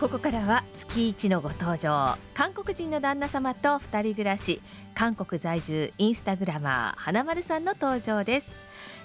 ここからは月一のご登場韓国人の旦那様と二人暮らし韓国在住インスタグラマー花丸さんの登場です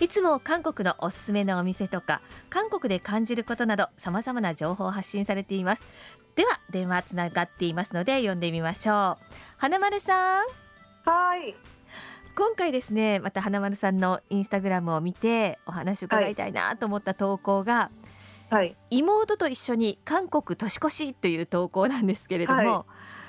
いつも韓国のおすすめのお店とか韓国で感じることなど様々な情報を発信されていますでは電話つながっていますので呼んでみましょう花丸さんはい、今回ですねまた花丸さんのインスタグラムを見てお話を伺いたいなと思った投稿が、はい、妹と一緒に韓国年越しという投稿なんですけれども、は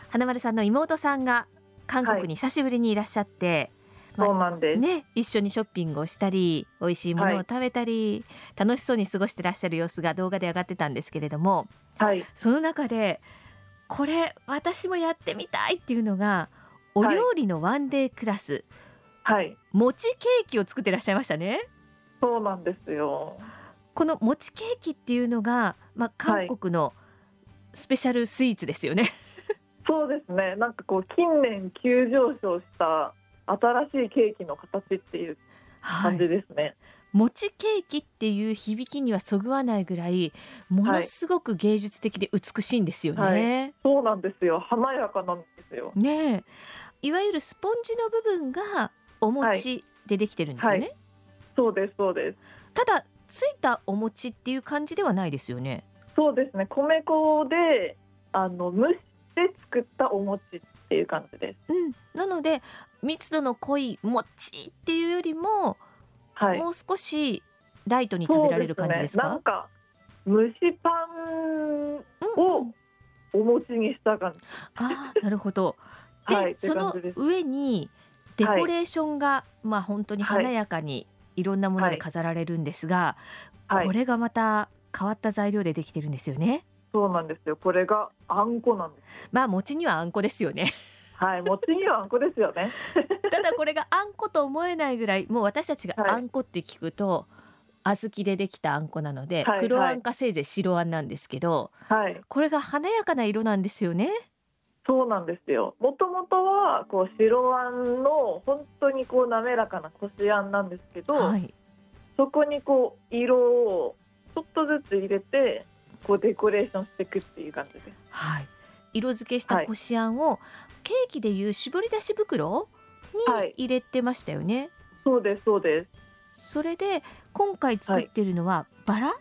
花丸さんの妹さんが韓国に久しぶりにいらっしゃって、まあそうなんです。ね、一緒にショッピングをしたり美味しいものをはい食べたり、楽しそうに過ごしてらっしゃる様子が動画で上がってたんですけれどもはい、その中でこれ私もやってみたいっていうのがおはい料理のワンデークラス、はい、餅ケーキを作ってらっしゃいましたね。そうなんですよ。この餅ケーキっていうのが、まあ、は韓い国のスペシャルスイーツですよね。そうですね。なんかこう近年急上昇した新しいケーキの形っていうは感い、じですね。餅ケーキっていう響きにはそぐわないぐらいものすごく芸術的で美しいんですよね。そうなんですよ。華やかなんですよ。ねえいわゆるスポンジの部分がお餅でできてるんですよね、はそうです、そうです。ただついたお餅っていう感じではないですよねそうですね。米粉であの蒸して作ったお餅っていう感じです。うん、なので密度の濃い餅っていうよりも、はい。もう少しライトに食そうべられる感じですね。なかんか蒸しパンをお餅にした感じ。ああなるほどで、はい、ってその感じです。上にデコレーションが、まあ本当に華やかにいろんなもので飾られるんですが、はいこ。れがまた変わった材料でできてるんですよねそうなんですよ。これがあんこなんです。まあ餅にはあんこですよね はい、餅にはあんこですよね。ただこれがあんこと思えないぐらいもう私たちがはいあんこって聞くと、小豆でできたあんこなので、はい黒あんかせいぜい白あんなんですけどはい、これが華やかな色なんですよね。そうなんですよ。もともとはこう白あんの本当にこう滑らかなこしあんなんですけど、はい、そこにこう色をちょっとずつ入れて、こうデコレーションしていくっていう感じです。はい、色付けしたはいこしあんを、ケーキでいう絞り出し袋はにい入れてましたよね。そうです、そうです。それで今回作ってるのはバラ、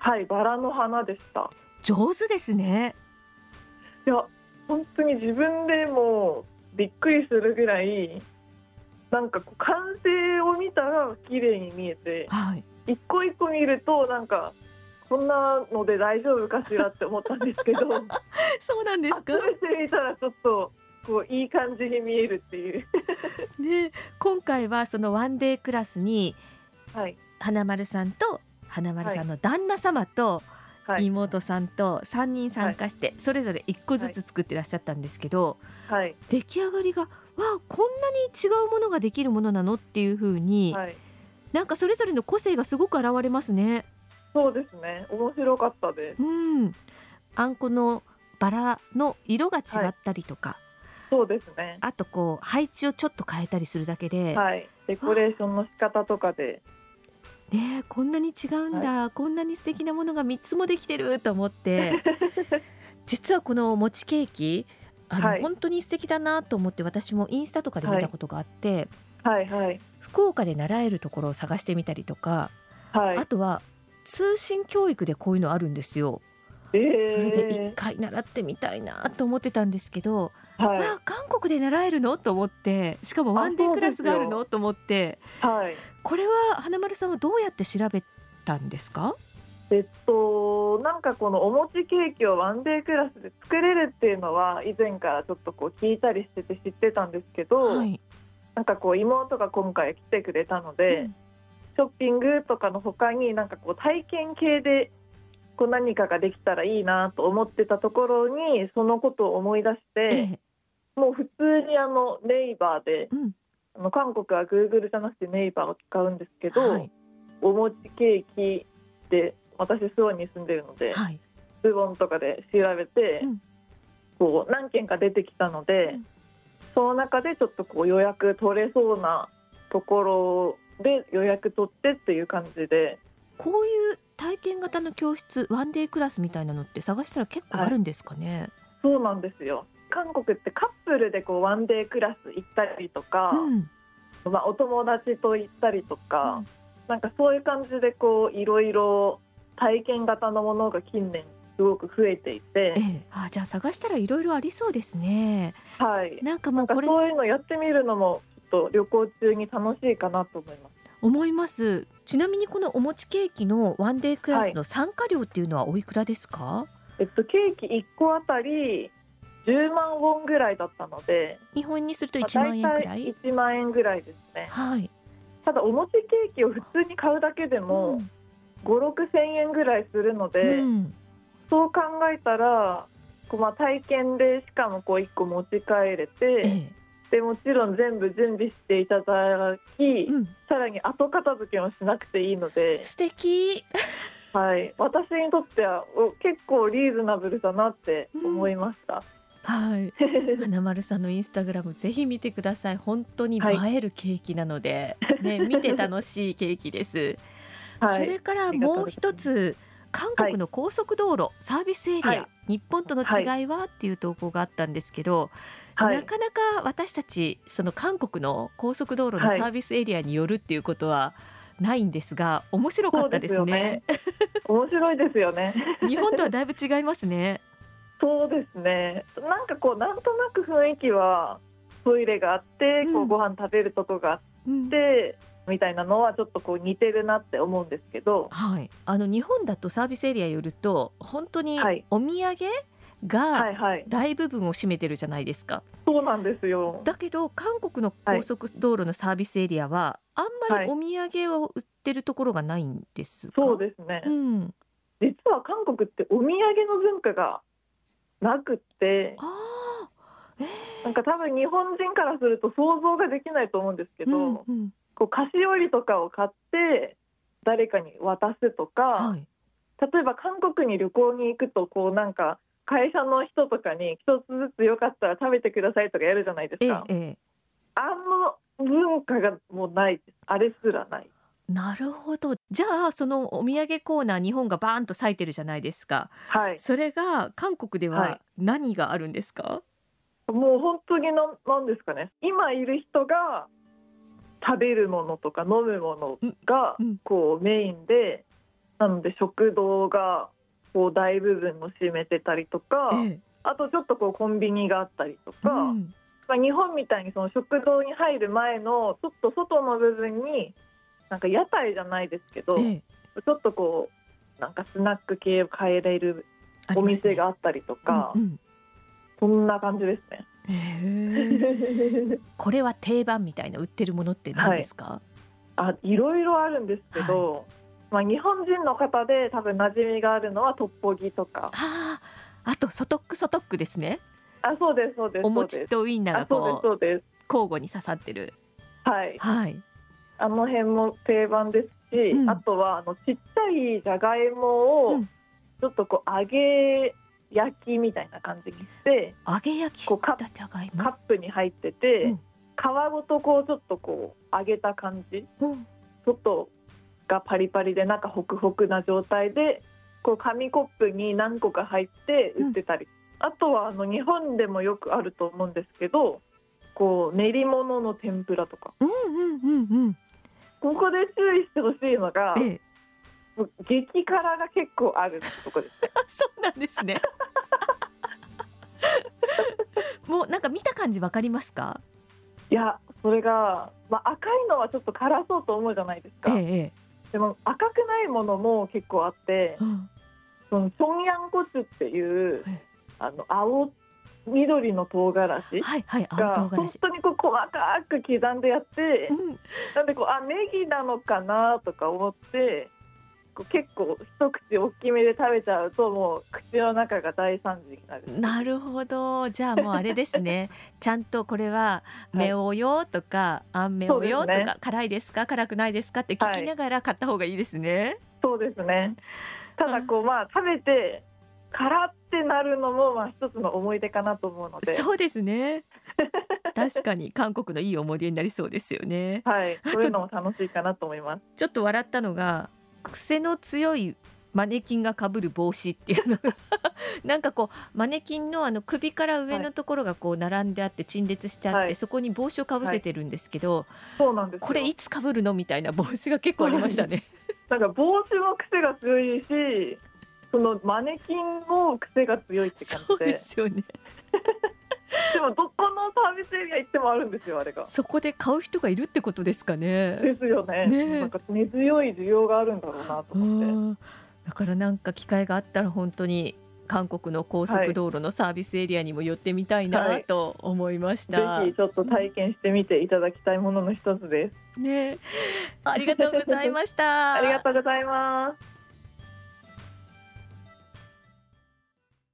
はい、バラの花でした。上手ですね。いや、本当に自分でもびっくりするぐらい、なんかこう完成を見たら綺麗に見えて。はい、一個一個見るとなんかこんなので大丈夫かしらって思ったんです けど集そうなんですか。めてみたらちょっとこういい感じに見えるっていう。ね、今回はそのワンデークラスにはい花丸さんと花丸さんの旦那様とはい妹さんと3人参加してそれぞれ1個ずつ作ってらっしゃったんですけど、はい出来上がりがわあこんなに違うものができるものなのっていう風に、はいなんかそれぞれの個性がすごく現れますね。そうですね面白かったですうん、あんこのバラの色が違ったりとか、そうですねあとこう配置をちょっと変えたりするだけで、はいデコレーションの仕方とかでねえこんなに違うんだ、こんなに素敵なものが3つもできてると思って 実はこの餅ケーキあの、はい本当に素敵だなと思って私もインスタとかで見たことがあって、はいはい福岡で習えるところを探してみたりとか、はあとは通信教育でこういうのあるんですよ。いえそれで一え回習ってみたいなと思ってたんですけど、はいわあ韓国で習えるのと思ってしかもワンデークラスがあるそうですのと思ってはいこれは花丸さんはどうやって調べたんですかえっとなんかこのお餅ケーキをワンデークラスで作れるっていうのは以前からちょっとこう聞いたりしてて知ってたんですけど、はい、なんかこう妹が今回来てくれたので、うんショッピングとかの他になんかこう体験系でこう何かができたらいいなと思ってたところにそのことを思い出して、ええもう普通にあのネイバーでうんあの韓国は Google じゃなくてネイバーを使うんですけど、はいお餅ケーキで私スワンに住んでるので、はいズボンとかで調べて、うんこう何件か出てきたので、うんその中でちょっとこう予約取れそうなところで予約取ってっていう感じでこういう体験型の教室ワンデークラスみたいなのって探したら結構あるんですかね、そうなんですよ韓国ってカップルでこうワンデークラス行ったりとか、うんまあ、お友達と行ったりとか、なんかそういう感じでこういろいろ体験型のものが近年すごく増えていてえ、え、あじゃあ探したらいろいろありそうですねはい、なんかもなうんかこれそういうのやってみるのもちょっと旅行中に楽しいかなと思います。思いますちなみにこのお餅ケーキのワンデークラスの参加料っていうのはおいくらですか、えっとケーキ1個あたり10万ウォンぐらいだったので、日本にするとまあ1万円くら大い体1万円ぐらいですね。はい、ただお餅ケーキを普通に買うだけでもん5、6千円ぐらいするので、うんそう考えたら。こうまあ体験でしかもこう1個持ち帰れて、えでもちろん全部準備していただき、えうん、さらに後片付けもしなくていいので、素敵はい、私にとってはお結構リーズナブルだなって思いま した。はい花丸さんのインスタグラムぜひ見てください本当に映えるケーキなので、 ね、見て楽しいケーキです、はそいれからもう一つ韓国の高速道路、サービスエリア、はい日本との違いは、っていう投稿があったんですけど、は、ないかなか私たちその韓国の高速道路のサはいービスエリアによるっていうことはないんですが面白かったですそうですよねね面白いですよね。 日本とはだいぶ違いますねそうですね。なんかこうなんとなく雰囲気はトイレがあって、うんこうご飯食べるとこがあうんってみたいなのはちょっとこう似てるなって思うんですけど、はい、あの日本だとサービスエリア寄ると本当にはいお土産はがいはい、大部分を占めてるじゃないですか、そうなんですよ。だけど韓国の高速道路のサービスエリアはあんまりお土産を売ってるところがないんですか、そうですね。うん、実は韓国ってお土産の文化がなくってああえなんか多分日本人からすると想像ができないと思うんですけーど、うんうんこう菓子折りとかを買って誰かに渡すとか、はい、例えば韓国に旅行に行くとこうなんか会社の人とかに一つずつよかったら食べてくださいとかやるじゃないですえかえ。えあの文化がもうないですあれすらない。えなるほどじゃあそのお土産コーナー日本がバーンと咲いてるじゃないですかはい、それが韓国でははい何があるんですか、もう本当になんなんですかね今いる人が食べるものとか飲むものがうんうんこうメインでなので食堂がこう大部分を占めてたりとかえあとちょっとこうコンビニがあったりとか、えうんまあ、日本みたいにその食堂に入る前のちょっと外の部分になんか屋台じゃないですけど、ええちょっとこうなんかスナック系を買えれるありおますね店があったりとか、うんうんそんな感じですね。へえこれは定番みたいな売ってるものって何ですか、 あいろいろあるんですけど、まあ、日本人の方で多分馴染みがあるのはトッポギとかあああとソトックソトックですねあそうですそうですおそうで餅すとウインナーあがそうですこうそうです交互に刺さってるはいはいあの辺も定番ですし、うんあとはあのちっちゃいじゃがいもうをんちょっとこう揚げ焼きみたいな感じにして揚げ焼きしこうカたッじゃがいカもップに入ってて、うん皮ごとこうちょっとこう揚げた感じうん外がパリパリで中ホクホクな状態でこう紙コップに何個か入って売ってたり、あとはあの日本でもよくあると思うんですけどこう練り物の天ぷらとかうんうんうんうんここで注意してほしいのが、ええ激辛が結構あるとこですねあそうなんです ねもうなんか見た感じわかりますかいやそれが、まあ、赤いのはちょっと辛そうと思うじゃないですか、えええでも赤くないものも結構あってえうんそのチョンヤンコチュっていうえあの青緑の唐辛子えはいはい青唐が辛本子当にこう細かく刻んでやってうんなんでこうあネギなのかなとか思ってこう結構一口大きめで食べちゃうともう口の中が大惨事になるなるほどじゃあもうあれです ねちゃんとこれは目をよとか、あんめをよとか、そうです辛いですか辛くないですかって聞きながら買った方がいいですね、そうですねただこうまあ食べて辛ってなるのもまあ一つの思い出かなと思うのでそうです ね確かに韓国のいい思い出になりそうですよねはいと そういうのも楽しいかなと思いますちょっと笑ったのが癖の強いマネキンがかぶる帽子っていうのが なんかこうマネキンのあの首から上のところがこう並んであって陳列してあって、はいそこに帽子をかぶせてるんですけど、そうなんですよこれいつかぶるのみたいな帽子が結構ありましたね。なんか帽子も癖が強いしそのマネキンも癖が強いって感 そうじでですよね。でもどこのサービスエリア行ってもあるんですよあれが。そこで買う人がいるってことですかね。ですよねねえなんか根強い需要があるんだろうなとう思っんて。だからなんか機会があったら本当に韓国の高速道路のサービスエリアにも寄ってみたいはないと思いました。ぜひちょっと体験してみていただきたいものの一つです。ね、ありがとうございました。ありがとうございます。